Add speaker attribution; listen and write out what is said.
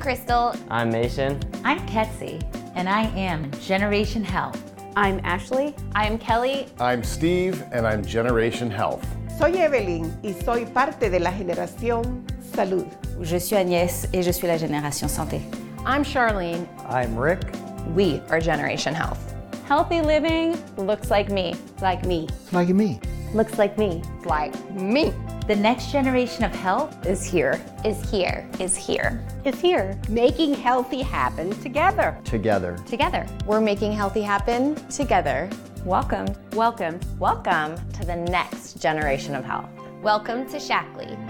Speaker 1: Crystal.
Speaker 2: I'm Mason.
Speaker 3: I'm Ketsy, and I am Generation Health.
Speaker 4: I'm Ashley.
Speaker 1: I'm Kelly.
Speaker 5: I'm Steve, and I'm Generation Health.
Speaker 6: Soy Evelyn y soy parte de la generación Salud.
Speaker 7: Je suis Agnès et je suis la génération santé.
Speaker 1: I'm Charlene.
Speaker 8: I'm Rick.
Speaker 1: We are Generation Health. Healthy living looks like me. Like me.
Speaker 8: Like me.
Speaker 4: Looks like me.
Speaker 1: Like me.
Speaker 3: The next generation of health
Speaker 1: Is here. Is here. Is here.
Speaker 4: Is here.
Speaker 9: Making healthy happen together.
Speaker 8: Together.
Speaker 1: Together. We're making healthy happen together. Welcome. Welcome. Welcome to the next generation of health. Welcome to Shackley.